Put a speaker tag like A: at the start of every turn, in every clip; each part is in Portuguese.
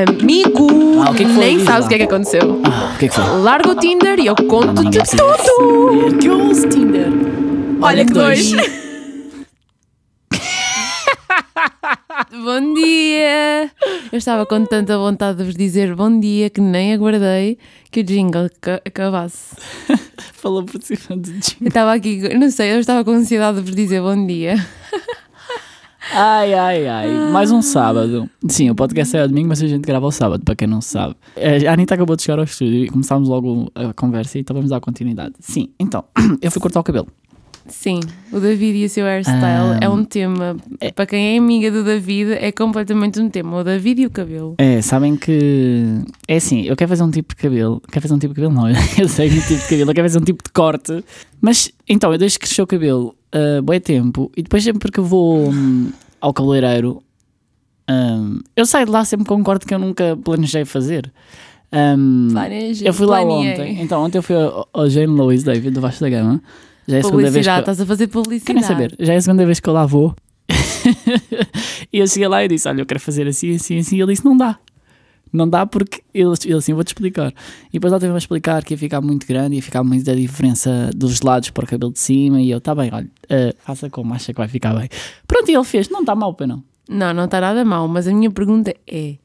A: Amigo,
B: Ah, o que que foi,
A: nem
B: diz
A: sabes
B: lá.
A: o que é que aconteceu.
B: Ah, o que é que foi?
A: Larga o Tinder e eu conto-te
B: Ninguém precisa
A: tudo.
B: saber.
C: Que 11 Tinder.
A: Olha que dois.
B: dois.
A: Bom dia! Eu estava com tanta vontade de vos dizer bom dia que nem aguardei que o jingle ca- acabasse.
C: Falou por cima de
A: Eu
C: Jim.
A: estava aqui, não sei, eu estava com ansiedade de vos dizer bom dia.
C: Ai, ai, ai. Mais um sábado. Sim, o podcast é ao domingo, mas a gente grava ao sábado, para quem não sabe. Eh, A Anitta acabou de chegar ao estúdio e começámos logo a conversa, então vamos dar continuidade. Sim, então, eu fui cortar o cabelo.
A: Sim, o David e o seu hairstyle é um tema. Para quem é amiga do David, é completamente um tema. O David e o cabelo.
C: É, sabem que. É assim, eu quero fazer um tipo de cabelo. Quero fazer um tipo de cabelo, não. Eu sei um tipo de cabelo, eu quero fazer um tipo de corte. Mas então, eu deixo crescer o cabelo uh, bem tempo e depois sempre que eu vou hum, ao cabeleireiro, hum, eu saio de lá sempre com um corte que eu nunca planejei fazer. Hum,
A: Planejei,
C: eu fui lá
A: planeei.
C: ontem. Então, ontem eu fui ao, ao Jane Louis David do Vasco da Gama. Já é a segunda vez que
A: Publicidade,
C: eu-
A: estás a fazer publicidade.
C: Querem saber? Já é a segunda vez que eu lá vou. e eu cheguei lá e disse: Olha, eu quero fazer assim, assim, assim. E ele disse: Não dá. Não dá porque ele, ele assim, vou-te explicar. E depois ele teve-me a explicar que ia ficar muito grande, ia ficar muito da diferença dos lados para o cabelo de cima. E eu, tá bem, olha, eh, faça como acha que vai ficar bem. Pronto, e ele fez: Não está mal, pai, não.
A: Não, não está nada mal, mas a minha pergunta é: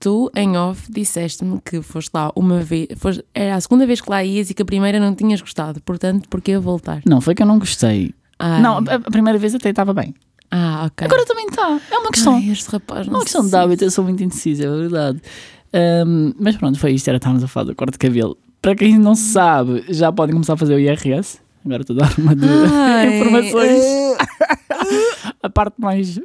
A: tu, em off, disseste-me que foste lá uma vez, foste- era a segunda vez que lá ias e que a primeira não tinhas gostado, portanto, porquê voltar?
C: Não, foi que eu não gostei.
A: Ai.
C: Não, a, a primeira vez até estava bem.
A: Ah, ok.
C: Agora também está. É uma questão.
A: Ai, este rapaz não
C: Não é uma questão de
A: sei.
C: hábito, eu sou muito indecisa, é verdade. Ahm, mas pronto, foi isto. Era estávamos a falar do corte de cabelo. Para quem não sabe, já podem começar a fazer o IRS. Agora estou a dar uma de
A: Ai,
C: informações. a parte mais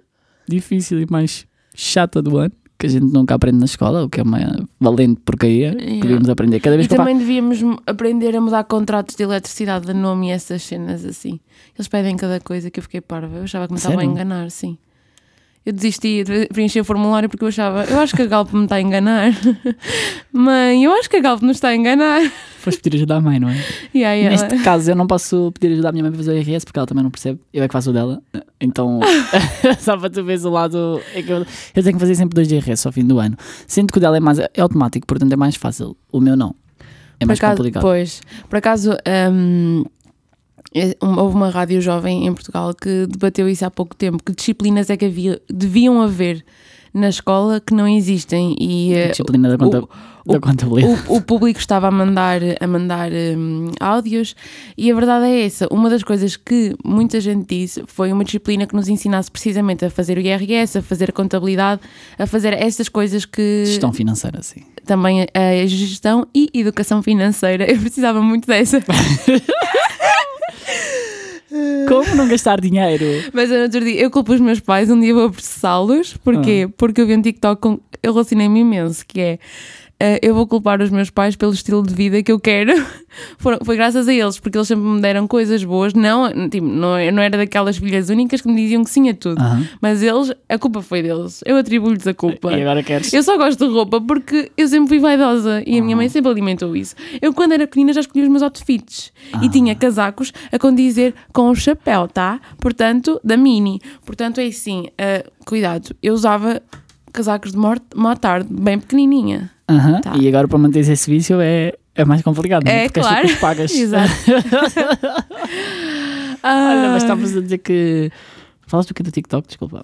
C: difícil e mais chata do ano, que a gente nunca aprende na escola, o que é uma valente porcaria que
A: Yeah.
C: devíamos aprender cada vez
A: E
C: que eu
A: também devíamos aprender a mudar contratos de eletricidade de nome e essas cenas assim. Eles pedem cada coisa que eu fiquei parva. Eu achava que me estava a
C: Sério?
A: enganar, sim. Eu desisti de preencher o formulário porque eu achava, eu acho que a Galp me está a enganar. Mãe, eu acho que a Galp nos está a enganar.
C: foste pedir ajuda à mãe, não é?
A: E aí ela,
C: Neste caso, eu não posso pedir ajuda à minha mãe para fazer o IRS porque ela também não percebe. Eu é que faço o dela. Então, só para tu veres o lado. é que eu, eu tenho que fazer sempre dois de IRS ao fim do ano. Sinto que o dela é, mais, é automático, portanto é mais fácil. O meu não. É
A: por
C: mais
A: acaso,
C: complicado.
A: Pois, por acaso, hum, é- um- houve uma rádio jovem em Portugal que debateu isso há pouco tempo, que disciplinas é que havia, deviam haver na escola que não existem e eh,
C: Disciplina da, conta,
A: o-
C: da contabilidade.
A: o, o público estava a mandar, a mandar hum, áudios e a verdade é essa. Uma das coisas que muita gente disse foi uma disciplina que nos ensinasse precisamente a fazer o IRS, a fazer a contabilidade, a fazer essas coisas que
C: Gestão financeira, sim.
A: também a gestão e educação financeira. Eu precisava muito dessa.
C: Como não gastar dinheiro?
A: Mas eu, no outro dia, eu culpo os meus pais, um dia vou processá-los. Porquê? Porque eu vi um TikTok com. Eu relacionei-me imenso, que é. eh, eu vou culpar os meus pais pelo estilo de vida que eu quero. Foram- foi graças a eles, porque eles sempre me deram coisas boas. Não, tipo, não, eu não era daquelas filhas únicas que me diziam que sim a tudo.
C: Aham.
A: Mas eles, a culpa foi deles. Eu atribuo-lhes a culpa.
C: E agora queres. Ah.
A: Eu só gosto de roupa porque eu sempre fui vaidosa e a minha mãe sempre alimentou isso. Eu, quando era pequenina, já escolhi os meus outfits e
C: Ah.
A: tinha casacos a condizer com o chapéu, tá? Portanto, da mini. Portanto, é assim, ah, cuidado, eu usava casacos de mor- motard, bem pequenininha.
C: Aham.
A: Tá.
C: E agora para manter esse vício é, é mais complicado, não
A: É,
C: Porque
A: claro.
C: as tuas pagas.
A: Exato.
C: Olha, mas
A: Ah,
C: estavas a dizer que. Falas do que do TikTok, desculpa.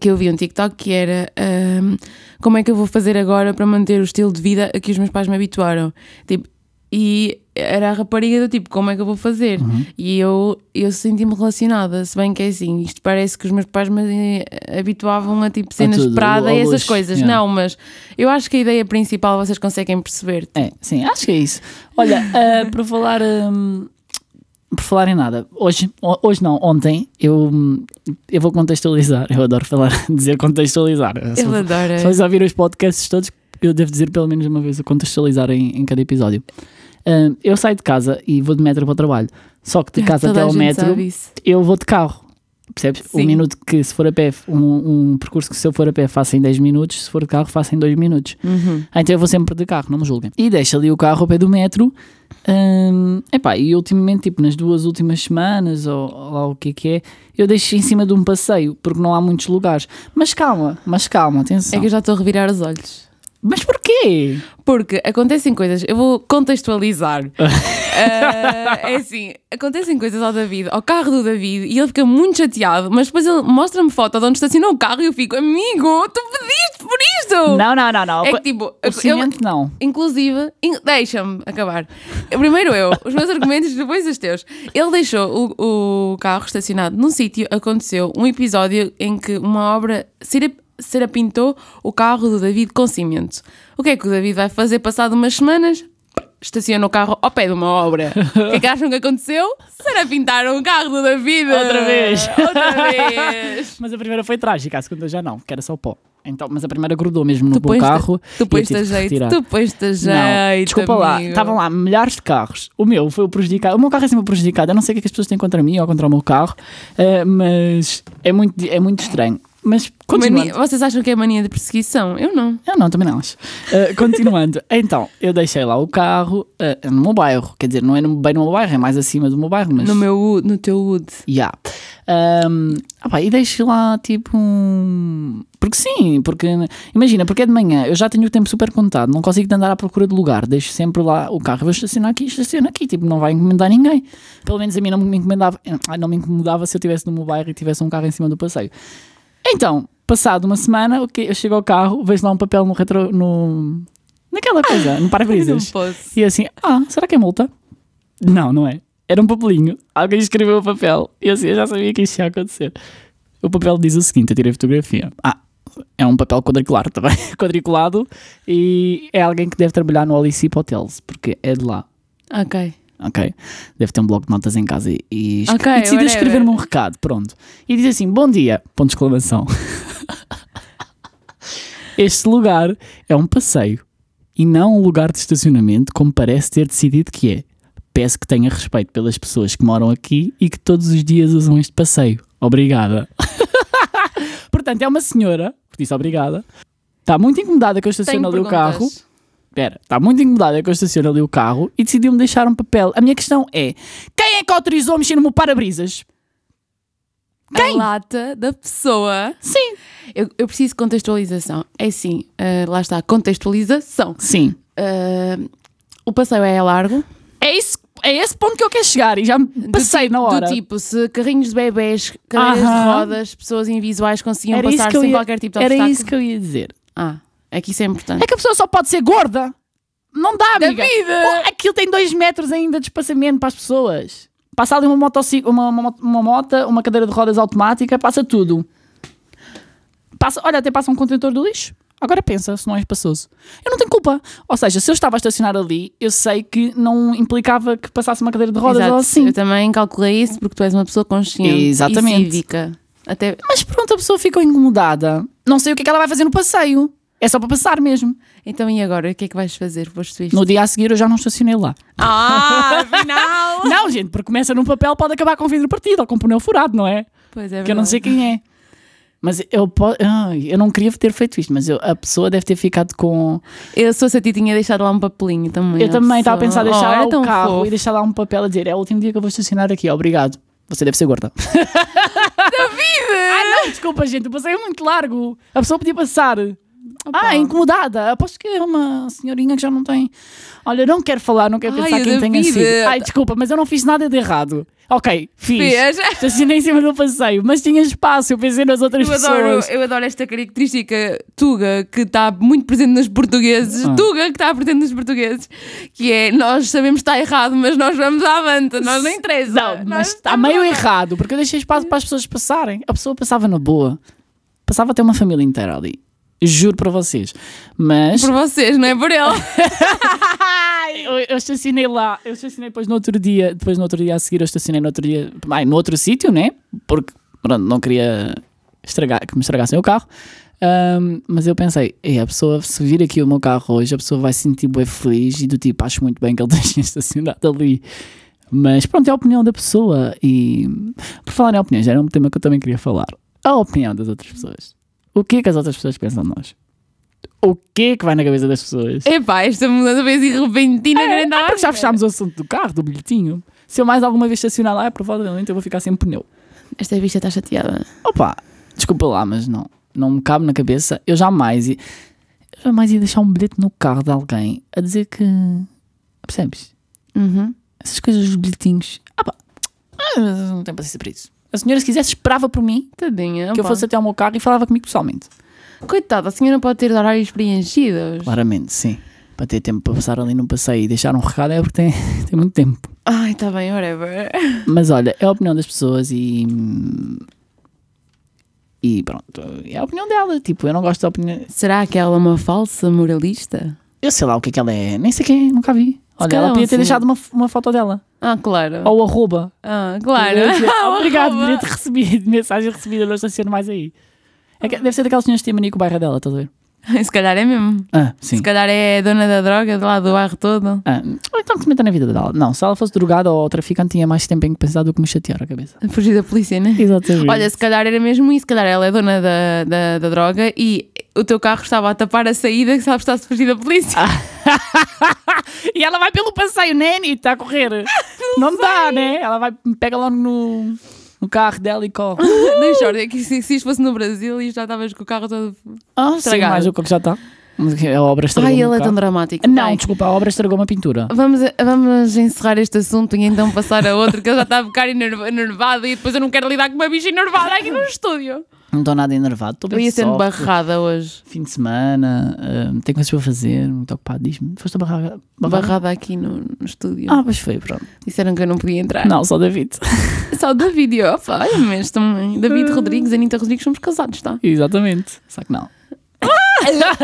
A: que eu vi um TikTok que era ahm, como é que eu vou fazer agora para manter o estilo de vida a que os meus pais me habituaram? Tipo, e era a rapariga do tipo, como é que eu vou fazer?
C: Uhum.
A: E eu, eu senti-me relacionada, se bem que é assim, isto parece que os meus pais me eh, habituavam a tipo cenas
C: tudo,
A: de Prada
C: ao
A: e essas
C: luxo,
A: coisas.
C: yeah.
A: Não, mas eu acho que a ideia principal vocês conseguem perceber.
C: É, sim, acho que é isso. Olha, ah,
A: Uhum.
C: por falar. hum, por falar em nada, hoje, ho- hoje não, ontem, eu, hum, eu vou contextualizar. Eu adoro falar, dizer contextualizar. Se
A: Eu
C: eu-
A: adoro. é.
C: se vocês ouviram os podcasts todos, eu devo dizer pelo menos uma vez o contextualizar em, em cada episódio. Ah, eu saio de casa e vou de metro para o trabalho. Só que de casa
A: Toda
C: até
A: a
C: ao
A: gente
C: metro,
A: sabe isso.
C: eu vou de carro. Percebes?
A: Sim.
C: Um minuto que se for a pé, um, um percurso que se eu for a pé faço em 10 minutos, se for de carro faço em 2 minutos.
A: Uhum.
C: Ah, Então eu vou sempre de carro, não me julguem. E deixo ali o carro ao pé do metro. Hum, epá, e ultimamente, tipo nas duas últimas semanas, ou, ou lá o que é que é, eu deixo em cima de um passeio, porque não há muitos lugares. Mas calma, mas calma, atenção.
A: É que eu já estou a revirar os olhos.
C: Mas porquê?
A: Porque acontecem coisas, eu vou contextualizar. Ah, é assim, acontecem coisas ao David, ao carro do David, e ele fica muito chateado, mas depois ele mostra-me foto de onde estacionou o carro e eu fico, amigo, tu pediste por isto!
C: Não, não, não, não.
A: É que tipo,
C: o cimento não.
A: Inclusive, in- deixa-me acabar. Primeiro eu, os meus argumentos, depois os teus. Ele deixou o, o carro estacionado num sítio, aconteceu um episódio em que uma obra serap- serapintou o carro do David com cimento. O que é que o David vai fazer passado umas semanas? Estaciona o carro ao pé de uma obra. O que é que acham que aconteceu? Serapintaram o carro do David!
C: Outra vez.
A: Outra vez!
C: Mas a primeira foi trágica, a segunda já não, que era só pó. Então, mas a primeira grudou mesmo no
A: Tu
C: bom
A: pões-te-
C: carro. e
A: Tu
C: eu
A: pões-te
C: tive
A: a
C: que
A: jeito,
C: retirar.
A: tu pões-te a jeito.
C: Não, desculpa lá,
A: amigo.
C: estavam lá milhares de carros. O meu foi o prejudicado. O meu carro é sempre o prejudicado. Eu não sei o que, é que as pessoas têm contra mim ou contra o meu carro, eh, mas é muito, di- é muito estranho. Mas continuando.
A: Mania- vocês acham que é mania de perseguição? Eu não.
C: Eu não, também não acho. Eh, continuando, então, eu deixei lá o carro eh, no meu bairro. Quer dizer, não é no- bem no meu bairro, é mais acima do meu bairro, mas.
A: No meu Wood, no teu Wood.
C: Yeah. Um, ah pá, e deixo lá tipo um. Porque sim, porque imagina, porque é de manhã, eu já tenho o tempo super contado, não consigo andar à procura de lugar, deixo sempre lá o carro, vou estacionar aqui, estaciono aqui, tipo, não vai encomendar ninguém. Pelo menos a mim não me encomendava, ah, não me incomodava se eu estivesse no meu bairro e tivesse um carro em cima do passeio. Então, passado uma semana, ok, eu chego ao carro, vejo lá um papel no retro. No, naquela coisa, no para-brisas.
A: posso.
C: E eu assim, ah, será que é multa? Não, não é. Era um papelinho. Alguém escreveu o papel. E eu assim, eu já sabia que isto ia acontecer. O papel diz o seguinte, eu tirei a fotografia. Ah, é um papel quadriculado também. quadriculado. E é alguém que deve trabalhar no Olicip Hotels, porque é de lá.
A: Ok.
C: Ok. Deve ter um bloco de notas em casa e, e, escre-
A: Ok,
C: e decide
A: whatever.
C: escrever-me um recado. Pronto. E diz assim: Bom dia. Ponto de exclamação. este lugar é um passeio e não um lugar de estacionamento, como parece ter decidido que é. Peço que tenha respeito pelas pessoas que moram aqui e que todos os dias usam este passeio. Obrigada. Portanto, é uma senhora, que disse obrigada, está muito incomodada que eu estaciono ali o carro. Pera, está muito incomodada que eu estaciono ali o carro e decidiu-me deixar um papel. A minha questão é: quem é que autorizou a mexer no meu para-brisas?
A: A lata da pessoa.
C: Sim.
A: Eu, eu preciso de contextualização. É assim, ah, lá está, contextualização.
C: Sim.
A: Ah, o passeio é largo.
C: É, isso, é esse ponto que eu quero chegar e já me passei na hora.
A: Do tipo, se carrinhos de bebés, cadeiras de
C: Aham.
A: rodas, pessoas invisuais conseguiam
C: Era isso
A: passar
C: que eu
A: sem
C: ia-
A: qualquer tipo de
C: Era
A: obstáculo.
C: isso que eu ia dizer.
A: Ah, é que isso é importante.
C: É que a pessoa só pode ser gorda. Não dá, amiga.
A: vida!
C: Pô, Aquilo tem dois metros ainda de espaçamento para as pessoas. Passa ali uma motocic- uma, uma, mot- uma mota, uma cadeira de rodas automática, passa tudo. Passa, olha, até passa um contentor do lixo. Agora pensa, se não é espaçoso. Eu não tenho culpa. Ou seja, se eu estava a estacionar ali, eu sei que não implicava que passasse uma cadeira de rodas
A: Exato.
C: ou assim.
A: Eu também calculei isso porque tu és uma pessoa consciente
C: Exatamente.
A: e cívica. Até,
C: Mas pronto, a pessoa ficou incomodada. Não sei o que é que ela vai fazer no passeio. É só para passar mesmo.
A: Então e agora? O que é que vais fazer posto isto?
C: No dia a seguir eu já não estacionei lá.
A: Ah, afinal!
C: Não, gente, porque começa num papel, pode acabar com o vidro partido ou com o pneu furado, não é?
A: pois é,
C: que eu não
A: verdade.
C: sei quem é. Mas eu, po- ai, eu não queria ter feito isto, mas eu- a pessoa deve ter ficado com.
A: Eu sou se a ti tinha deixado lá um papelinho também.
C: Eu
A: à
C: também estava a
A: pessoa.
C: pensar em
A: Oh,
C: deixar
A: era
C: lá
A: tão
C: o carro
A: fofo.
C: e deixar lá um papel a dizer: é o último dia que eu vou estacionar aqui, obrigado. Você deve ser gorda. David! ah, não, desculpa, gente, o passeio é muito largo. A pessoa podia passar. Ah, incomodada. Aposto que é uma senhorinha que já não tem. Olha, eu não quero falar, não quero
A: Ai,
C: pensar
A: o
C: quem tenha
A: David.
C: sido. Ai, desculpa, mas eu não fiz nada de errado. Ok, fiz.
A: Fez.
C: Estacionei em cima do passeio, mas tinha espaço, eu pensei nas outras
A: Eu adoro,
C: pessoas.
A: eu adoro esta característica Tuga que está muito presente nos portugueses,
C: Ah.
A: Tuga que está presente nos portugueses, que é nós sabemos que está errado, mas nós vamos à avante, nós não interessa.
C: Não,
A: Nós
C: mas está
A: estamos
C: meio
A: à-
C: errado, porque eu deixei espaço para as pessoas passarem. A pessoa passava na boa. Passava até uma família inteira ali. Juro para vocês. Mas
A: Por vocês, não é por ele.
C: eu, eu estacionei lá, eu estacionei depois no outro dia, depois no outro dia a seguir eu estacionei no outro dia, ai, no outro sítio, né? Porque pronto, não queria estragar, que me estragassem o carro. Ahm, mas eu pensei, "Ei, a pessoa, se vir aqui o meu carro hoje, a pessoa vai se sentir bem feliz e do tipo, acho muito bem que ele tenha estacionado ali. Mas pronto, é a opinião da pessoa. E por falar em opiniões, era um tema que eu também queria falar. A opinião das outras pessoas. O que é que as outras pessoas pensam de nós? O que é que vai na cabeça das pessoas?
A: Epá, esta mudança fez assim repentina. que eu nem
C: É,
A: estava
C: ah,
A: à
C: porque já
A: espera.
C: fechámos o assunto do carro, do bilhetinho. Se eu mais alguma vez estacionar lá, é provavelmente eu vou ficar sem pneu.
A: Esta bicha está chateada.
C: Opa, desculpa lá, mas não. Não me cabe na cabeça. Eu jamais. e- Eu jamais ia deixar um bilhete no carro de alguém a dizer que. Percebes?
A: Uhum.
C: Essas coisas, os bilhetinhos. Ah, pá. Ah, não tenho paciência para isso. A senhora, se quisesse, esperava por mim
A: Tadinha.
C: que eu
A: pá.
C: fosse até ao meu carro e falava comigo pessoalmente.
A: Coitada, a senhora pode ter horários preenchidos.
C: Claramente, sim. Para ter tempo para passar ali num passeio e deixar um recado é porque tem, tem muito tempo.
A: Ai, está bem, whatever.
C: Mas olha, é a opinião das pessoas e. hum, E pronto, é a opinião dela. Tipo, eu não gosto da opinião.
A: Será que ela é uma falsa moralista?
C: Eu sei lá o que é que ela é, nem sei quem, é, nunca a vi. Olha,
A: calhar
C: ela podia ter
A: sim.
C: deixado uma, uma foto dela.
A: Ah, claro.
C: Ou arroba.
A: Ah, claro.
C: Eu dizia, Obrigado,
A: Arroba.
C: bilhete recebido, mensagem recebida, não estaciono mais aí. É que- deve ser daquelas senhoras que têm mania com o bairro dela, estás a ver?
A: Se calhar é mesmo.
C: Ah, sim.
A: Se calhar é a dona da droga de lá do bairro todo.
C: Ah, ou então que se meta na vida dela. Não, se ela fosse drogada ou traficante, tinha mais tempo em que pensar do que me chatear a cabeça.
A: A fugir da polícia, né?
C: Exatamente.
A: Olha, se calhar era mesmo isso. Se calhar ela é dona da, da, da droga e o teu carro estava a tapar a saída que sabes que está a fugir da polícia.
C: E ela vai pelo passeio, né, Anitta, a correr. Não, dá, né? Ela vai, pega logo no, no carro dela e corre.
A: Deixa eu ver é que se, se isto fosse no Brasil e já estavas com o carro todo.
C: Ah,
A: Estragado.
C: mais o que já está. A obra estragou
A: Ai, ele é tão dramático.
C: Não,
A: Ai.
C: desculpa, a obra estragou uma pintura.
A: Vamos, vamos encerrar este assunto e então passar a outro, que ele já está a ficar enerv- enervado e depois eu não quero lidar com uma bicha enervada aqui no estúdio.
C: Não estou nada enervado. Estou
A: Eu
C: bem
A: ia sendo
C: soft.
A: barrada hoje.
C: Fim de semana, ah, tenho coisas para fazer, muito ocupado. Diz-me, foste a barraga? barraga?
A: Barrada aqui no, no estúdio.
C: Ah, pois foi, pronto.
A: Disseram que eu não podia entrar.
C: Não, só David.
A: Só o David, ó, pá, olha, mas também. David Rodrigues, Anitta Rodrigues, somos casados, tá?
C: Exatamente. Só que não.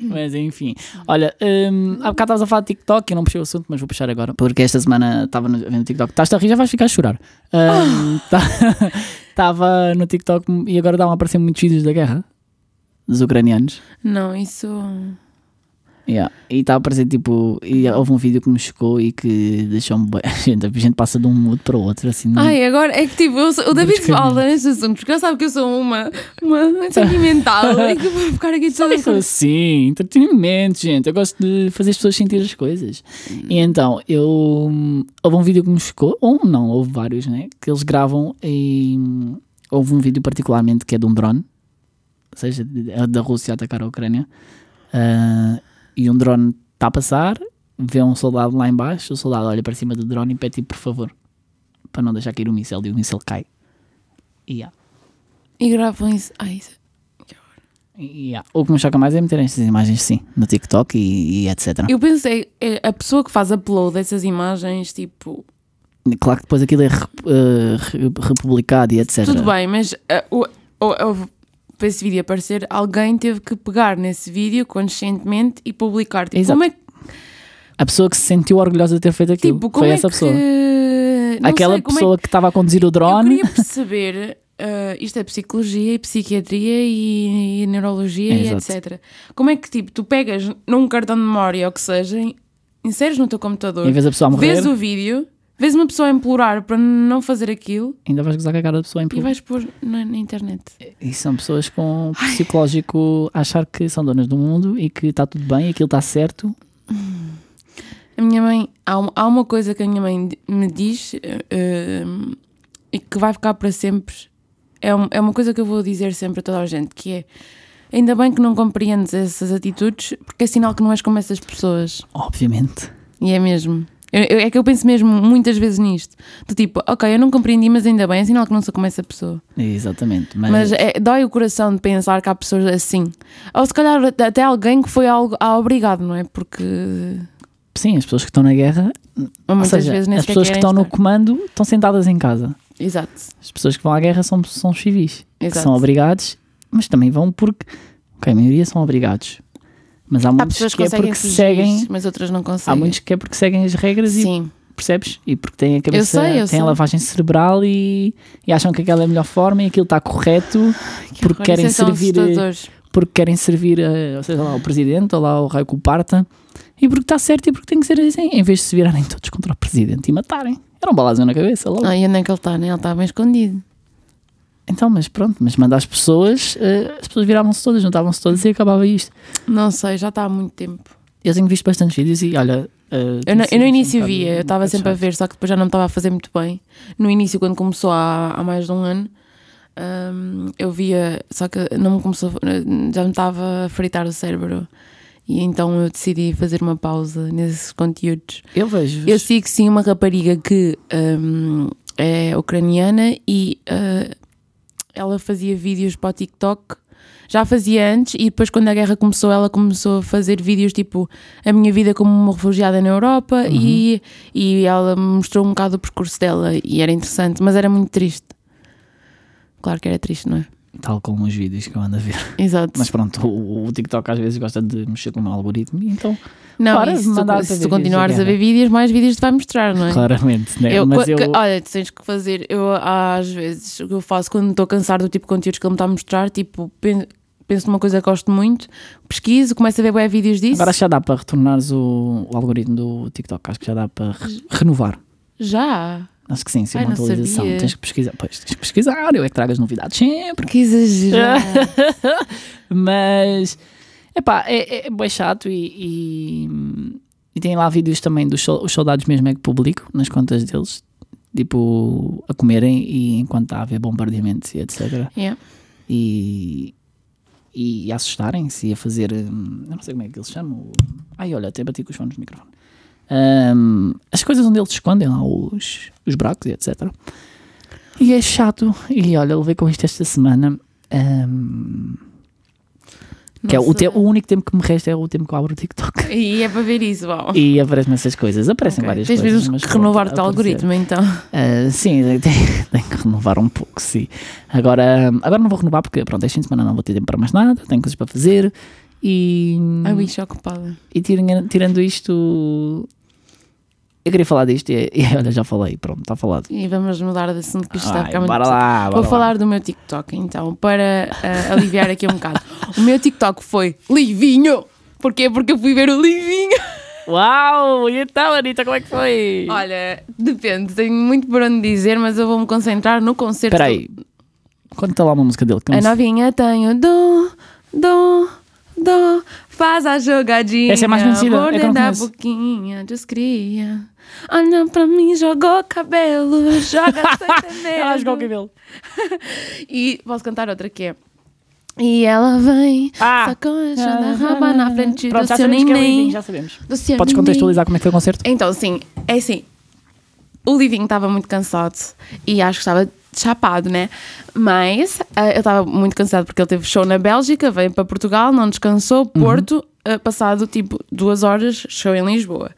C: mas enfim, olha, hum, há bocado estavas a falar de TikTok, eu não puxei o assunto, mas vou puxar agora, porque esta semana estava no, vendo TikTok. Ah. Estás a rir, já vais ficar a chorar. Estava no TikTok e agora estavam a aparecer muitos vídeos da guerra dos ucranianos.
A: Não, isso.
C: Yeah. E está a aparecer tipo, e houve um vídeo que me chocou e que deixou-me. bué- Gente, a gente passa de um mudo para o outro, assim, num-
A: Ai, agora é que tipo, eu sou- o David
C: Busca-me.
A: fala nestes assuntos, porque ele sabe que eu sou uma, uma sentimental e que vou ficar aqui toda.
C: Sabe aquilo assim, entretenimento, gente. Eu gosto de fazer as pessoas sentir as coisas. E então, eu. Houve um vídeo que me chocou, ou não, houve vários, né? Que eles gravam e. Houve um vídeo particularmente que é de um drone, ou seja, de- é da Rússia a atacar a Ucrânia. Ah, e um drone está a passar, vê um soldado lá embaixo, o soldado olha para cima do drone e pede tipo, por favor, para não deixar cair o míssel, e o míssel cai. E ah, yeah.
A: E gravam isso. Ai, isso.
C: Yeah. O que me choca mais é meterem estas imagens, sim, no TikTok e, e etc.
A: Eu pensei, é, a pessoa que faz upload dessas imagens, tipo,
C: Claro que depois aquilo é rep- eh, re- republicado e etc.
A: tudo bem, mas ah, o- o- o- para esse vídeo aparecer, alguém teve que pegar nesse vídeo conscientemente e publicar. Tipo,
C: Exato.
A: como é que.
C: A pessoa que se sentiu orgulhosa de ter feito aquilo
A: Tipo, como
C: foi
A: é
C: essa
A: que...
C: pessoa.
A: Não
C: Aquela
A: sei, como é
C: pessoa que estava a conduzir o
A: Eu
C: drone.
A: queria perceber, eh, isto é psicologia e psiquiatria e, e neurologia e
C: Exato.
A: etc. Como é que tipo, tu pegas num cartão de memória ou que seja, inseres no teu computador,
C: Em vez da pessoa a morrer,
A: vês o vídeo, vês uma pessoa a implorar para não fazer aquilo
C: ainda vais gozar com a cara da pessoa em
A: e
C: público.
A: vais pôr na, na internet.
C: E são pessoas com psicológico a achar que são donas do mundo e que está tudo bem, aquilo está certo.
A: A minha mãe, há uma, há uma coisa que a minha mãe di- me diz eh, eh, e que vai ficar para sempre. É, um- é uma coisa que eu vou dizer sempre a toda a gente, que é ainda bem que não compreendes essas atitudes, porque é sinal que não és como essas pessoas.
C: Obviamente.
A: E é mesmo. Eu- eu- é que eu penso mesmo muitas vezes nisto. Do tipo, ok, eu não compreendi, mas ainda bem, é sinal que não sou como essa pessoa.
C: Exatamente. Mas,
A: Mas é- dói o coração de pensar que há pessoas assim. Ou se calhar até até alguém que foi algo, ah, obrigado, não é? Porque
C: sim, as pessoas que estão na guerra, ou
A: muitas
C: seja,
A: vezes nem
C: as
A: sequer
C: pessoas que
A: querem
C: estão no
A: estar.
C: comando estão sentadas em casa.
A: Exato.
C: As pessoas que vão à guerra são, são os civis, que
A: Exato.
C: são obrigados, mas também vão porque. Ok, a maioria são obrigados. Mas há
A: Há
C: muitos
A: pessoas que
C: que é
A: conseguem
C: porque
A: fugir,
C: seguem.
A: mas outras não
C: Há
A: conseguem.
C: muitos que é porque seguem as regras
A: Sim,
C: e percebes? E porque têm a cabeça,
A: sei, eu
C: têm
A: sei.
C: a lavagem cerebral e, e acham que aquela é a melhor forma e aquilo está correto porque
A: horror.
C: querem
A: Isso é tão
C: servir, eh,
A: assustador.
C: porque querem servir, a- ou seja, lá o presidente ou lá o raio que o parta e porque está certo e porque tem que ser assim, em vez de se virarem todos contra o presidente e matarem. Era um balazinho na cabeça logo.
A: Ah, e onde é que ele está? Né? Ele está bem escondido.
C: Então, mas pronto, mas manda as pessoas, eh, as pessoas viravam-se todas, juntavam-se todas e acabava isto.
A: Não sei, já está há muito tempo.
C: Eu tenho visto bastantes vídeos e olha. eh,
A: Eu,
C: tem
A: no- eu
C: sido
A: no
C: um
A: início
C: bocado-
A: via, eu estava
C: um bocado
A: sempre a ver, só que depois já não me estava a fazer muito bem. No início, quando começou há, há mais de um ano, hum, eu via, só que não me começou, já me estava a fritar o cérebro. E então eu decidi fazer uma pausa nesses conteúdos.
C: Eu vejo.
A: Eu sigo sim uma rapariga que hum, é ucraniana e ah, ela fazia vídeos para o TikTok. Já fazia antes e depois quando a guerra começou ela começou a fazer vídeos tipo a minha vida como uma refugiada na Europa
C: Uhum.
A: e, e ela mostrou um bocado o percurso dela e era interessante, mas era muito triste. Claro que era triste, não é?
C: Tal como os vídeos que eu ando a ver.
A: Exato.
C: Mas pronto, o, o TikTok às vezes gosta de mexer com o algoritmo, e então
A: não,
C: para
A: e
C: de
A: se,
C: mandar
A: tu,
C: para
A: se tu
C: ver
A: continuares
C: vídeos da
A: a ver vídeos, mais vídeos te vai mostrar, não é?
C: claramente, né?
A: Eu,
C: Mas
A: co-
C: eu.
A: que- ah, olha, tu tens que fazer. Eu, às vezes, o que eu faço quando estou cansado do tipo de conteúdos que ele me está a mostrar, tipo, pen- penso numa coisa que gosto muito, pesquiso, começo a ver bué vídeos disso.
C: Agora acho que já dá para retornares o, o algoritmo do TikTok, acho que já dá para re- renovar.
A: Já!
C: Acho que sim, sim,
A: Ai,
C: uma
A: não
C: atualização.
A: sabia.
C: Tens que pesquisar. Pois, tens que pesquisar, eu é que trago as novidades sempre.
A: Que exagero!
C: Mas epá, é, é, é bem chato e, e, e tem lá vídeos também dos sol- os soldados mesmo é que publico nas contas deles, tipo a comerem e enquanto está a haver bombardeamentos e etc.
A: Yeah.
C: E, e a assustarem-se e a fazer. hum, Eu não sei como é que eles chamam. Ai, olha, até bati com os fones no microfone. Hum, as coisas onde eles escondem lá os, os buracos e etc. E é chato. E olha, levei com isto esta semana. hum, que é o,
A: Nossa.
C: te- o único tempo que me resta é o tempo que eu abro o TikTok.
A: E é para ver isso, uau!
C: E aparecem essas coisas. Aparecem
A: Ok.
C: várias
A: Tens
C: coisas.
A: mesmo
C: mas
A: que
C: pronto,
A: renovar o teu
C: aparecer.
A: algoritmo, então.
C: Ah, sim, tem, tem que renovar um pouco, sim. Agora, agora não vou renovar porque, pronto, este fim de semana não vou ter tempo para mais nada, tenho coisas para fazer e,
A: Ai, bicho, ocupada.
C: e tirem- tirando isto, eu queria falar disto e, e olha, já falei, pronto, está falado.
A: E vamos mudar de assunto, porque isto está a
C: Ai,
A: ficar muito
C: bora lá, bora
A: Vou
C: lá.
A: falar do meu TikTok então, para ah, aliviar aqui um bocado. O meu TikTok foi Livinho! Porquê? Porque eu fui ver o Livinho!
C: Uau, e então, Anitta, como é que foi?
A: Olha, depende, tenho muito por onde dizer, mas eu vou-me concentrar no concerto.
C: Espera aí, quando está lá uma música dele? que eu
A: A
C: não sei-
A: novinha tenho dom, dom, dom, faz a jogadinha.
C: Essa é mais conhecida, é que eu não
A: Mordendo a
C: conheço.
A: boquinha dos cria. Olha pra mim, jogou cabelo, joga sem ter
C: Ela jogou o
A: medo.
C: cabelo.
A: E posso cantar outra que é. E ela vem,
C: Ah.
A: só com a chana raba na frente
C: Pronto,
A: do
C: já
A: seu
C: sabemos que é o
A: neném.
C: Livinho, já sabemos.
A: Do seu
C: Podes
A: neném.
C: contextualizar como é que foi o concerto?
A: Então, assim, é assim. O Livinho estava muito cansado e acho que estava chapado, né? Mas ah, eu estava muito cansado porque ele teve show na Bélgica, veio para Portugal, não descansou, Porto, ah, passado tipo duas horas, show em Lisboa.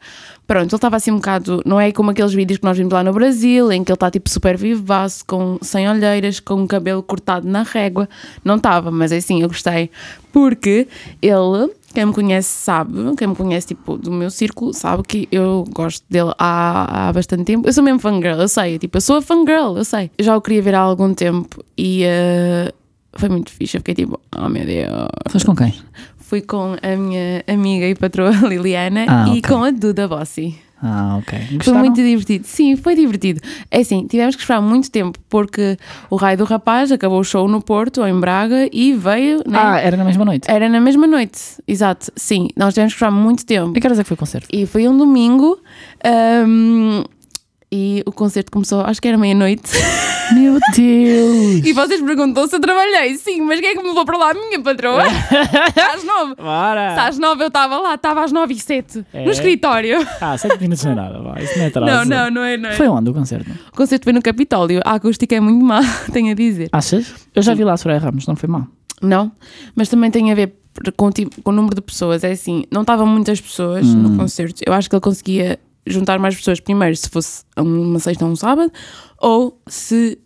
A: Pronto, ele estava assim um bocado, não é como aqueles vídeos que nós vimos lá no Brasil, em que ele está tipo super vivaço, com, sem olheiras, com o cabelo cortado na régua. Não estava, mas é assim, eu gostei. Porque ele quem me conhece sabe, quem me conhece tipo do meu círculo sabe que eu gosto dele há, há bastante tempo. Eu sou mesmo fangirl, eu sei, tipo, eu sou a fangirl, eu sei. Eu já o queria ver há algum tempo e eh, foi muito fixe. Eu fiquei tipo, oh meu Deus.
C: Foste com quem?
A: Fui com a minha amiga e patroa Liliana
C: Ah,
A: e
C: ok.
A: com a Duda Bossi.
C: Ah, ok.
A: Foi
C: Gostaram?
A: muito né? divertido. Sim, foi divertido. É assim, tivemos que esperar muito tempo porque o raio do rapaz acabou o show no Porto, ou em Braga, e veio. né?
C: Ah, era na mesma noite.
A: Era na mesma noite, exato. Sim, nós tivemos que esperar muito tempo.
C: E que horas é que foi o concerto?
A: E foi um domingo ahm, e o concerto começou, acho que era meia-noite.
C: Meu Deus!
A: E vocês perguntam se eu trabalhei. Sim, mas quem é que me levou para lá? A minha patroa? às nove. Se
C: Para!
A: Às nove eu estava lá, estava às nove e sete,
C: É?
A: no escritório.
C: Ah, 7 minutos não é nada, vá. Isso não é atraso.
A: Não, não, não é, não é.
C: Foi onde o concerto?
A: O concerto foi no Capitólio. A acústica é muito má, tenho a dizer.
C: Achas? Eu já vi lá a Soraya Ramos, não foi mal.
A: Não, mas também tem a ver com, o tipo- com o número de pessoas. É assim, não estavam muitas pessoas no concerto. Eu acho que ele conseguia juntar mais pessoas primeiro se fosse a uma sexta ou um sábado ou se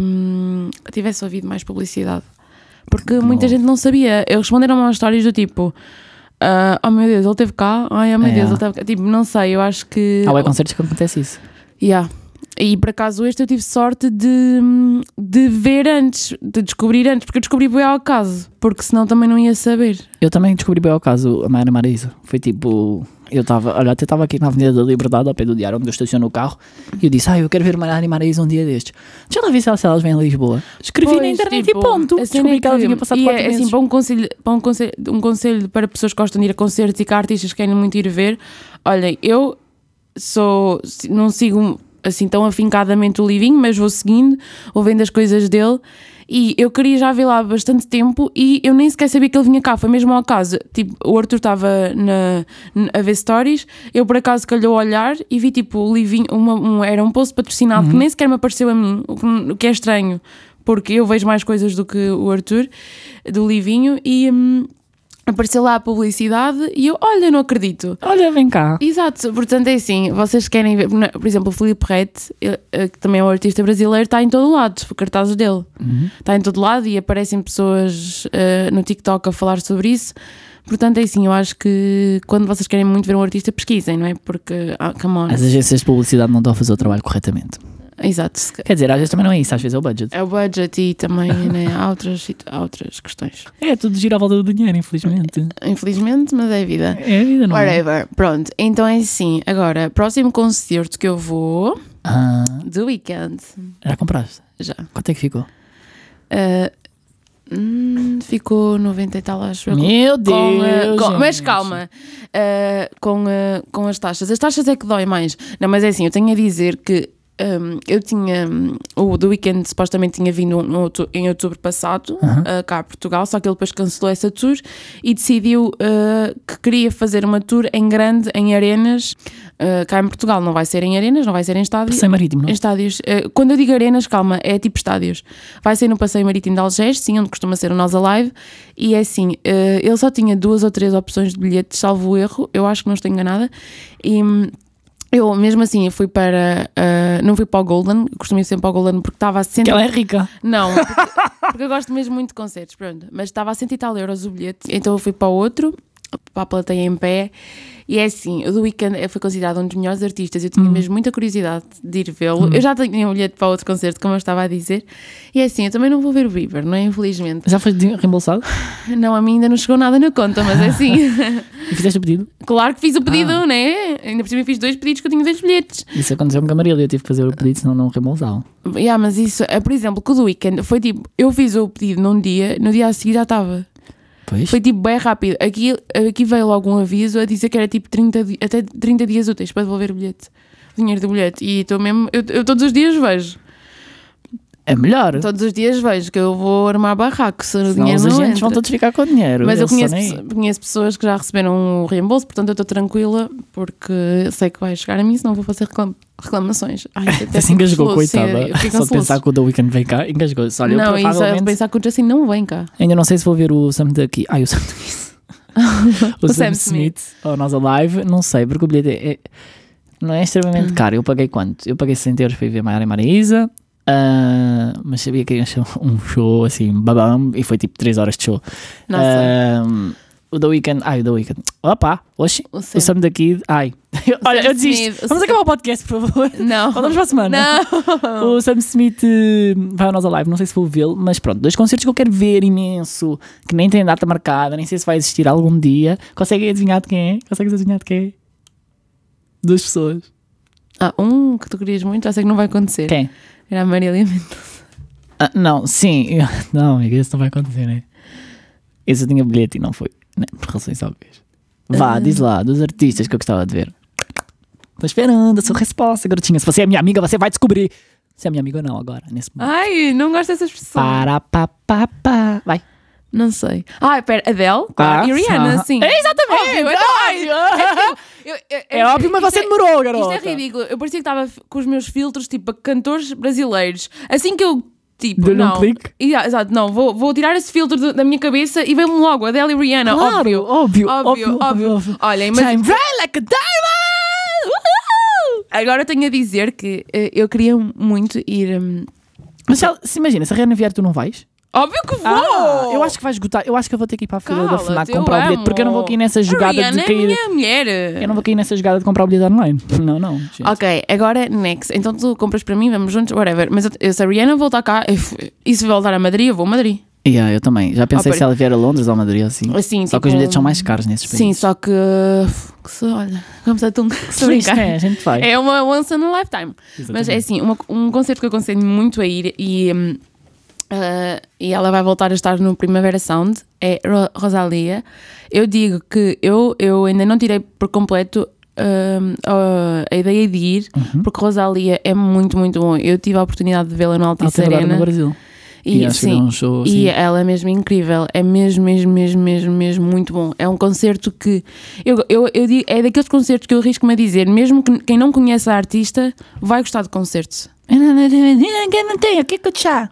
A: hum, tivesse ouvido mais publicidade. Porque muita gente não sabia. Eu responderam-me às histórias do tipo. ah, oh meu Deus, ele esteve cá. Ai, oh meu
C: É.
A: Deus, ele esteve cá. Tipo, não sei, eu acho que.
C: Há é concertos que acontece isso.
A: Yeah. E por acaso este eu tive sorte de, de ver antes, de descobrir antes, porque eu descobri bem ao caso, porque senão também não ia saber.
C: Eu também descobri bem ao caso a Mayra Marisa. Foi tipo. Eu estava, olha, até estava aqui na Avenida da Liberdade, ao pé do diário, onde eu estaciono o carro, e eu disse: Ah, eu quero ver Mayra Marisa um dia destes. Já lá vi se ela- se elas vêm a Lisboa. Escrevi na
A: Pois,
C: internet
A: tipo,
C: e ponto.
A: a cena
C: Descobri
A: é
C: que ela vinha passar de
A: e
C: 4
A: é,
C: meses.
A: assim, para um conselho, para um conselho, um conselho para pessoas que gostam de ir a concertos e que artistas querem muito ir ver, olhem, eu sou, não sigo assim tão afincadamente o Livinho, mas vou seguindo, vou vendo as coisas dele E eu queria já vê-lo há bastante tempo e eu nem sequer sabia que ele vinha cá, foi mesmo ao acaso. Tipo, o Arthur estava na- n- a ver stories, eu por acaso calhou a olhar e vi tipo o livinho, uma- um, era um post patrocinado que nem sequer me apareceu a mim, o que, o que é estranho, porque eu vejo mais coisas do que o Arthur, do livinho, e hum, apareceu lá a publicidade e eu, olha, não acredito.
C: Olha, vem cá.
A: Exato, portanto é assim, vocês querem ver, na- por exemplo, o Filipe Rete, ele, eh, que também é um artista brasileiro, está em todo lado, os cartazes dele.
C: Uhum.
A: Está em todo lado e aparecem pessoas eh, no TikTok a falar sobre isso. Portanto é assim, eu acho que quando vocês querem muito ver um artista, pesquisem, não é? Porque, ah, come on.
C: As agências de publicidade não estão a fazer o trabalho corretamente.
A: Exato. se ca-
C: Quer dizer, às vezes também não é isso, às vezes é o budget.
A: É o budget e também né, há, outras, situ- há outras questões.
C: É, tudo gira à volta do dinheiro, infelizmente.
A: Infelizmente, mas é a vida.
C: É a vida, não é?
A: Whatever. Pronto, então é assim. Agora, próximo concerto que eu vou,
C: Ah,
A: do weekend,
C: já compraste?
A: já.
C: Quanto é que ficou?
A: Ah, hum, ficou 90 e tal, acho eu.
C: Meu Deus!
A: Com, ah, com- mas
C: gente.
A: calma, ah, com, ah, com as taxas. As taxas é que dói mais. Não, mas é assim, eu tenho a dizer que hum, eu tinha. hum, o The Weeknd supostamente tinha vindo no outu- em outubro passado ah, cá a Portugal, só que ele depois cancelou essa tour e decidiu ah, que queria fazer uma tour em grande, em arenas, ah, cá em Portugal. Não vai ser em arenas, não vai ser em estádio,
C: Sem marítimo, não? é?
A: em estádios. Eh, Quando eu digo arenas, calma, é tipo estádios. Vai ser no Passeio Marítimo de Algés, sim, onde costuma ser o Nós Alive. E é assim, eh, ele só tinha duas ou três opções de bilhetes, salvo erro, eu acho que não estou enganada. E hum, eu, mesmo assim, fui para. eh, não fui para o Golden, eu costumo ir sempre ao Golden porque estava a 100.
C: Que ela é rica.
A: Não, porque, porque eu gosto mesmo muito de concertos, pronto. Mas estava a 100 e tal euros o bilhete, então eu fui para o outro, para a plateia em pé. E é assim, o The Weeknd foi considerado um dos melhores artistas. Eu tinha mesmo muita curiosidade de ir vê-lo. Eu já tinha um bilhete para outro concerto, como eu estava a dizer. E é assim, eu também não vou ver o Bieber, não é? Infelizmente.
C: Já foi de- reembolsado?
A: Não, a mim ainda não chegou nada na conta, mas é assim.
C: E fizeste o pedido?
A: claro que fiz o pedido, não é? Ainda por cima fiz dois pedidos que eu tinha dois bilhetes.
C: Isso aconteceu-me com a Marília, eu tive que fazer o pedido, senão não reembolsavam.
A: Yeah, mas isso, é, por exemplo, com o The Weeknd, foi tipo, eu fiz o pedido num dia, no dia a seguir já estava.
C: Pois?
A: Foi tipo bem rápido. Aqui, aqui veio logo um aviso a dizer que era tipo 30, di- até 30 dias úteis para devolver o bilhete. O dinheiro do bilhete. E estou mesmo. Eu, eu todos os dias vejo.
C: É melhor.
A: Todos os dias vejo que eu vou armar barraco se o
C: Senão
A: dinheiro
C: os
A: não
C: agentes
A: entra.
C: vão todos ficar com o dinheiro.
A: Mas eu
C: Eles só
A: conheço,
C: nem-
A: pesso- conheço pessoas que já receberam o reembolso, portanto eu estou tranquila porque sei que vai chegar a mim, senão vou fazer reclam- reclamações. Ai,
C: Até se engasgou,
A: fico soluço,
C: coitada.
A: assim, eu fico
C: Só de
A: soluço.
C: pensar que o The Weeknd vem cá, engasgou-se. Olha,
A: Não,
C: eu
A: isso é
C: provavelmente
A: de pensar que o Justin não vem cá.
C: ainda não sei se vou ver o Sam daqui. Ai, o Sam daqui. o,
A: O
C: Sam
A: Sam
C: Smith, ou nós Alive, não sei, porque o bilhete é, é- não é
A: Hum.
C: extremamente caro. Eu paguei quanto? Eu paguei 60 euros para ir ver Maiara e Maraísa, ah, mas sabia que ia ser um show assim, babam, e foi tipo 3 horas de show.
A: Nossa.
C: Ah, o The Weeknd, ai, o The Weeknd. Opa, oxi,
A: o
C: o
A: Sam.
C: Sam daqui, ai. Olha,
A: Sam
C: eu desisto.
A: Smith, o
C: Vamos
A: Sam-
C: acabar o podcast, por favor.
A: Não.
C: Voltamos para a semana.
A: Não.
C: O Sam Smith eh, vai ao nosso live, não sei se vou vê-lo, mas pronto, dois concertos que eu quero ver imenso, que nem tem data marcada, nem sei se vai existir algum dia. Conseguem adivinhar de quem é? Consegues adivinhar de quem é? Duas pessoas.
A: Há um que tu querias muito, já sei que não vai acontecer.
C: Quem?
A: Era a Marília Mendonça.
C: Ah, não, sim. eu- Não, amiga, isso não vai acontecer, né? Esse eu tinha bilhete e não foi. Não, por razões óbvias. Vá, diz lá, dos artistas que eu gostava de ver. Estou esperando a sua resposta, garotinha. Se você é minha amiga, você vai descobrir. Se é minha amiga ou não, agora, nesse
A: Ah,
C: momento.
A: Ai, não gosto dessas pessoas.
C: Para, pá, pá, pá. Vai.
A: Não sei. Ah, pera, Adele claro, e Rihanna,
C: ah.
A: sim.
C: É, exatamente.
A: Óbvio, então, óbvio. Eu- eu- eu-
C: É óbvio, mas
A: isto
C: você
A: é-
C: demorou, garota.
A: Isto é ridículo. Eu parecia que estava f- com os meus filtros, tipo, a cantores brasileiros. Assim que eu, tipo,
C: Deu-lhe um
A: não.
C: clique?
A: Yeah, exato, não. Vou, vou tirar esse filtro do- da minha cabeça e vem-me logo Adele e Rihanna.
C: Claro, óbvio, óbvio, óbvio, então- óbvio.
A: Olha, imagina...
C: Shine bright like a diamond! Uhul!
A: Agora tenho a dizer que eh, eu queria muito ir... hum,
C: Mas se, ela- se imagina, se a Rihanna vier, tu não vais?
A: Óbvio que vou!
C: Ah, eu acho que vai esgotar. Eu acho que eu vou ter que ir para a fila da
A: Ah! Cala-te,
C: FNAC
A: eu
C: comprar o bilhete,
A: amo.
C: porque eu não vou cair nessa
A: A
C: jogada
A: Rihanna
C: de cair.
A: é minha mulher.
C: Eu não vou cair nessa jogada de comprar o bilhete online. Não, não. gente.
A: Ok, agora next. Então tu compras para mim, vamos juntos, whatever. Mas eu- eu, se a Rihanna voltar cá eu f- e se voltar a Madrid, eu vou a Madrid.
C: Yeah, eu também. Já pensei
A: Opa,
C: se ela vier a Londres ou a Madrid assim.
A: Assim,
C: Só que os
A: tipo,
C: bilhetes são mais caros nesses países.
A: Sim, só que. que se, olha, vamos a tão. que se
C: Triste,
A: brincar.
C: né? A gente vai.
A: É uma once in a lifetime. Mas é assim, uma- um concerto que eu aconselho muito a ir e, hum, ah, e ela vai voltar a estar no Primavera Sound é Ro- Rosalia. Eu digo que eu, eu ainda não tirei por completo hum, a- a ideia de
C: Uhum.
A: ir, porque Rosalia é muito, muito bom. Eu tive a oportunidade de vê-la no Altice
C: Ela teve agora no
A: Arena.
C: Brasil. E, acho que
A: sim,
C: era um show assim.
A: E ela é mesmo incrível, é mesmo, mesmo, mesmo, mesmo, mesmo muito bom. É um concerto que eu, eu, eu digo, é daqueles concertos que eu arrisco-me a dizer, mesmo que quem não conhece a artista vai gostar de concertos.
C: Ninguém não tem, o que é que eu te chá?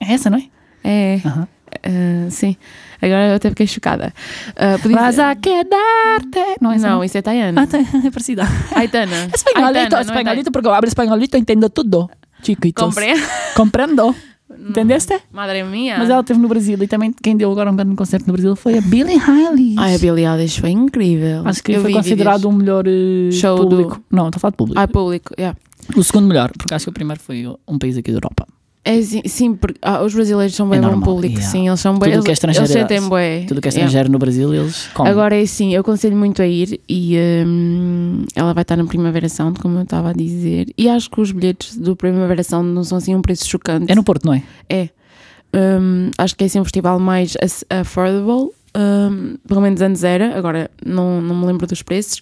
C: É essa, não é?
A: É,
C: Aham.
A: ah, sim. Agora eu até fiquei chocada. Ah, podia
C: Mas
A: dizer-
C: a quedarte. Não, essa
A: Não,
C: não.
A: isso é Tayana.
C: Ah, tá, então, é parecida.
A: Aitana.
C: Espanholito,
A: Aitana, não é
C: espanholito, porque eu abro espanholito, entendo tudo. Chiquitos.
A: Comprei.
C: Compreendo. Entendeste?
A: Madre minha.
C: Mas ela esteve no Brasil e também quem deu agora um grande concerto no Brasil foi Ah, é a Billie Eilish.
A: Ai, a Billie Eilish foi incrível.
C: Acho que
A: Eu
C: foi
A: vi
C: considerado
A: vídeos.
C: o melhor eh,
A: Show do-
C: público. Não, estou a falar de público.
A: Ah, público, yeah.
C: O segundo melhor, porque acho que o primeiro foi um país aqui da Europa.
A: É, sim, sim, porque ah, os brasileiros são bem
C: É
A: bom
C: normal,
A: público,
C: yeah.
A: sim, eles são bem.
C: Tudo
A: Eles,
C: que é estrangeiro
A: eles
C: é-
A: sentem bem.
C: Tudo que é
A: yeah.
C: estrangeiro no Brasil, eles comem.
A: Agora é sim, eu aconselho muito a ir e hum, ela vai estar na Primavera Sound, como eu estava a dizer. E acho que os bilhetes do Primavera Sound não são assim um preço chocante.
C: É no Porto, não é?
A: É. Hum, acho que é assim um festival mais ac- affordable. hum, pelo menos antes era, agora não, não me lembro dos preços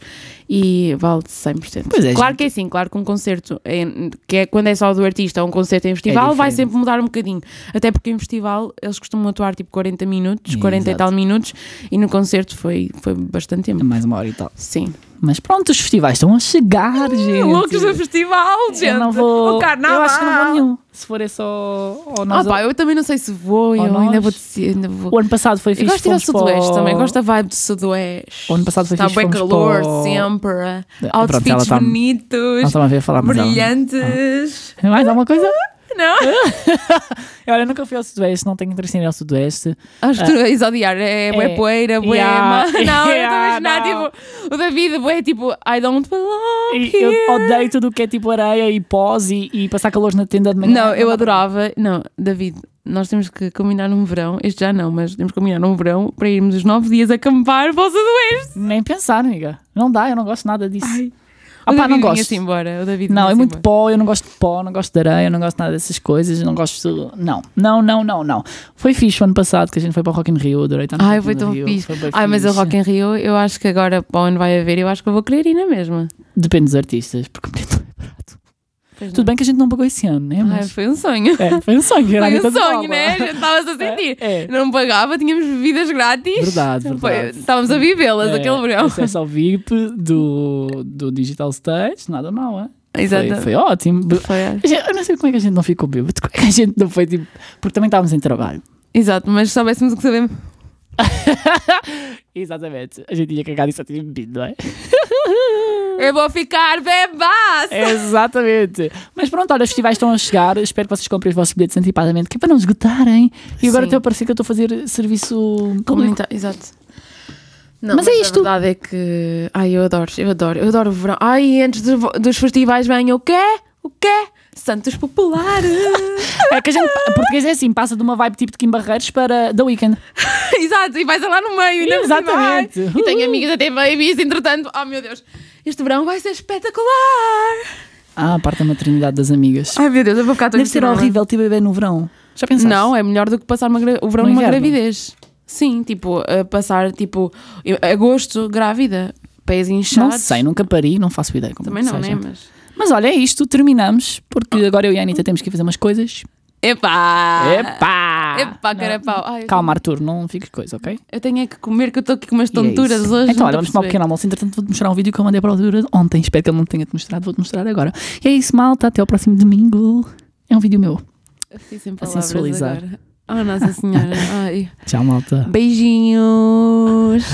A: e vale 100%.
C: Pois é,
A: claro
C: gente.
A: que é assim, claro que um concerto, em- que é quando é só do artista ou um concerto em festival, vai
C: É diferente.
A: sempre mudar um bocadinho. Até porque em festival eles costumam atuar tipo 40 minutos,
C: Exato.
A: 40 e tal minutos, e no concerto foi, foi bastante
C: É
A: tempo.
C: mais uma hora e tal.
A: Sim.
C: Mas pronto, os festivais estão a chegar, gente.
A: Loucos do festival, gente!
C: Eu não vou. Eu
A: O
C: acho que não vou
A: carnaval!
C: nenhum. Se for é só. ou
A: Ah,
C: nós-
A: pá, eu também não sei se vou,
C: Ou
A: eu ainda
C: nós.
A: vou, dizer- ainda vou.
C: O ano passado foi
A: Eu
C: fixe.
A: gosto de ir ao
C: fomos para o-
A: Sudoeste também, gosto da vibe do Sudoeste.
C: O ano passado foi
A: Está
C: fixe,
A: bem
C: fomos
A: calor,
C: para o-
A: sempre.
C: Pronto, ela
A: Outfits
C: tá- Não
A: bonitos,
C: estava a ver falar mas ela-
A: brilhantes.
C: Mais alguma coisa?
A: Não?
C: Ah. Olha, eu nunca fui ao Sudoeste, não tenho interesse em ir ao Sudoeste.
A: Acho que tu és odiar. É bué
C: É.
A: poeira, bué
C: Yeah.
A: ma- Não,
C: Yeah,
A: eu estou a imaginar,
C: não.
A: tipo, o David bué, tipo, I don't belong
C: E
A: here.
C: eu odeio tudo o que é tipo areia e pós e, e passar calor na tenda de manhã.
A: Não, eu
C: dá pra-
A: adorava. Não, David, nós temos que combinar num verão. Este já não, mas temos que combinar num verão para irmos os nove dias acampar para o Sudoeste.
C: Nem pensar, amiga. Não dá, eu não gosto nada disso.
A: Ai. assim,
C: Ah,
A: o
C: pá, não
A: David
C: gosto.
A: vinha-se embora. O David
C: Não,
A: vinha-se
C: é muito
A: embora.
C: pó, eu não gosto de pó, não gosto de areia, não gosto nada dessas coisas, não gosto. Não, não, não, não, não. Foi fixe o ano passado que a gente foi para o Rock in Rio, adorei tanto.
A: Ai, foi tão fixe. Ai, mas o Rock in Rio, eu acho que agora para onde vai haver, eu acho que eu vou querer ir na mesma.
C: Depende dos artistas, porque o bilhete não é barato. Tudo bem que a gente não pagou esse ano, né?
A: Ai,
C: Mas...
A: foi um sonho.
C: É, foi um sonho, era a
A: Foi
C: vida
A: um
C: de
A: sonho,
C: Paula.
A: né? Já estavas a sentir.
C: É,
A: Não pagava, tínhamos bebidas grátis.
C: verdade,
A: Foi-
C: verdade.
A: estávamos a vivê-las
C: É,
A: aquele verão.
C: Acesso ao VIP do, do Digital Stage, nada mal, é?
A: Exato.
C: Foi, foi ótimo. Be-
A: Foi-
C: Eu não sei como é que a gente não ficou bêbado, como é que a gente não foi tipo. Porque também estávamos em trabalho.
A: Exato, mas se soubéssemos o que sabemos.
C: Exatamente. A gente ia cagar e só tinha bebido, não é?
A: Eu vou ficar bebás!
C: É, Exatamente. Mas pronto, olha, os festivais estão a chegar. Espero que vocês comprem os vossos bilhetes antecipadamente, que é para não esgotarem. E agora
A: Sim.
C: até parecer que eu estou a fazer serviço público.
A: Comunitário, exato. Não,
C: Mas é isto.
A: A verdade é que. Ai, eu adoro, eu adoro, eu adoro o verão. Ai, antes de- dos festivais vem o quê? O quê? Santos Populares!
C: É que a gente, português é assim, passa de uma vibe tipo de Kim Barreiros para The Weeknd.
A: Exato, e vais lá no meio, ainda por cima.
C: Exatamente.
A: Ai, E tenho amigas até babies, entretanto, oh meu Deus, este verão vai ser espetacular!
C: Ah, a parte da maternidade das amigas.
A: Ai meu Deus, eu vou ficar toda
C: Deve ser
A: emocionada.
C: horrível ter bebê no verão. Já pensaste?
A: Não, é melhor do que passar uma gra- o verão
C: No
A: numa
C: inverno.
A: gravidez. Sim, tipo, a passar tipo eu- agosto grávida, pés
C: Não
A: inchados.
C: sei, nunca pari, não faço ideia como
A: é Também
C: que
A: não, Ah.
C: seja.
A: né? Mas.
C: Mas olha, é isto, terminamos, porque agora eu e a Anitta temos que ir fazer umas coisas.
A: Epá!
C: Epá!
A: Ah. Epá,
C: Não.
A: carapau! Ai, eu
C: Calma, Arthur, não fiques coisa, ok?
A: tenho- Eu tenho é que comer, que eu estou aqui com umas
C: E é
A: tonturas
C: isso.
A: hoje.
C: Então,
A: não
C: olha,
A: tô
C: vamos para
A: a
C: o
A: perceber.
C: pequeno almoço. Entretanto, vou-te mostrar um vídeo que eu mandei para o Arthur ontem. Espero que ele não tenha-te mostrado. Vou-te mostrar agora. E é isso, malta. Até ao próximo domingo. É um vídeo meu.
A: Eu fiquei Assim sem
C: a
A: palavras
C: sensualizar.
A: agora. Oh, Nossa Senhora! Ai.
C: Tchau, malta.
A: Beijinhos!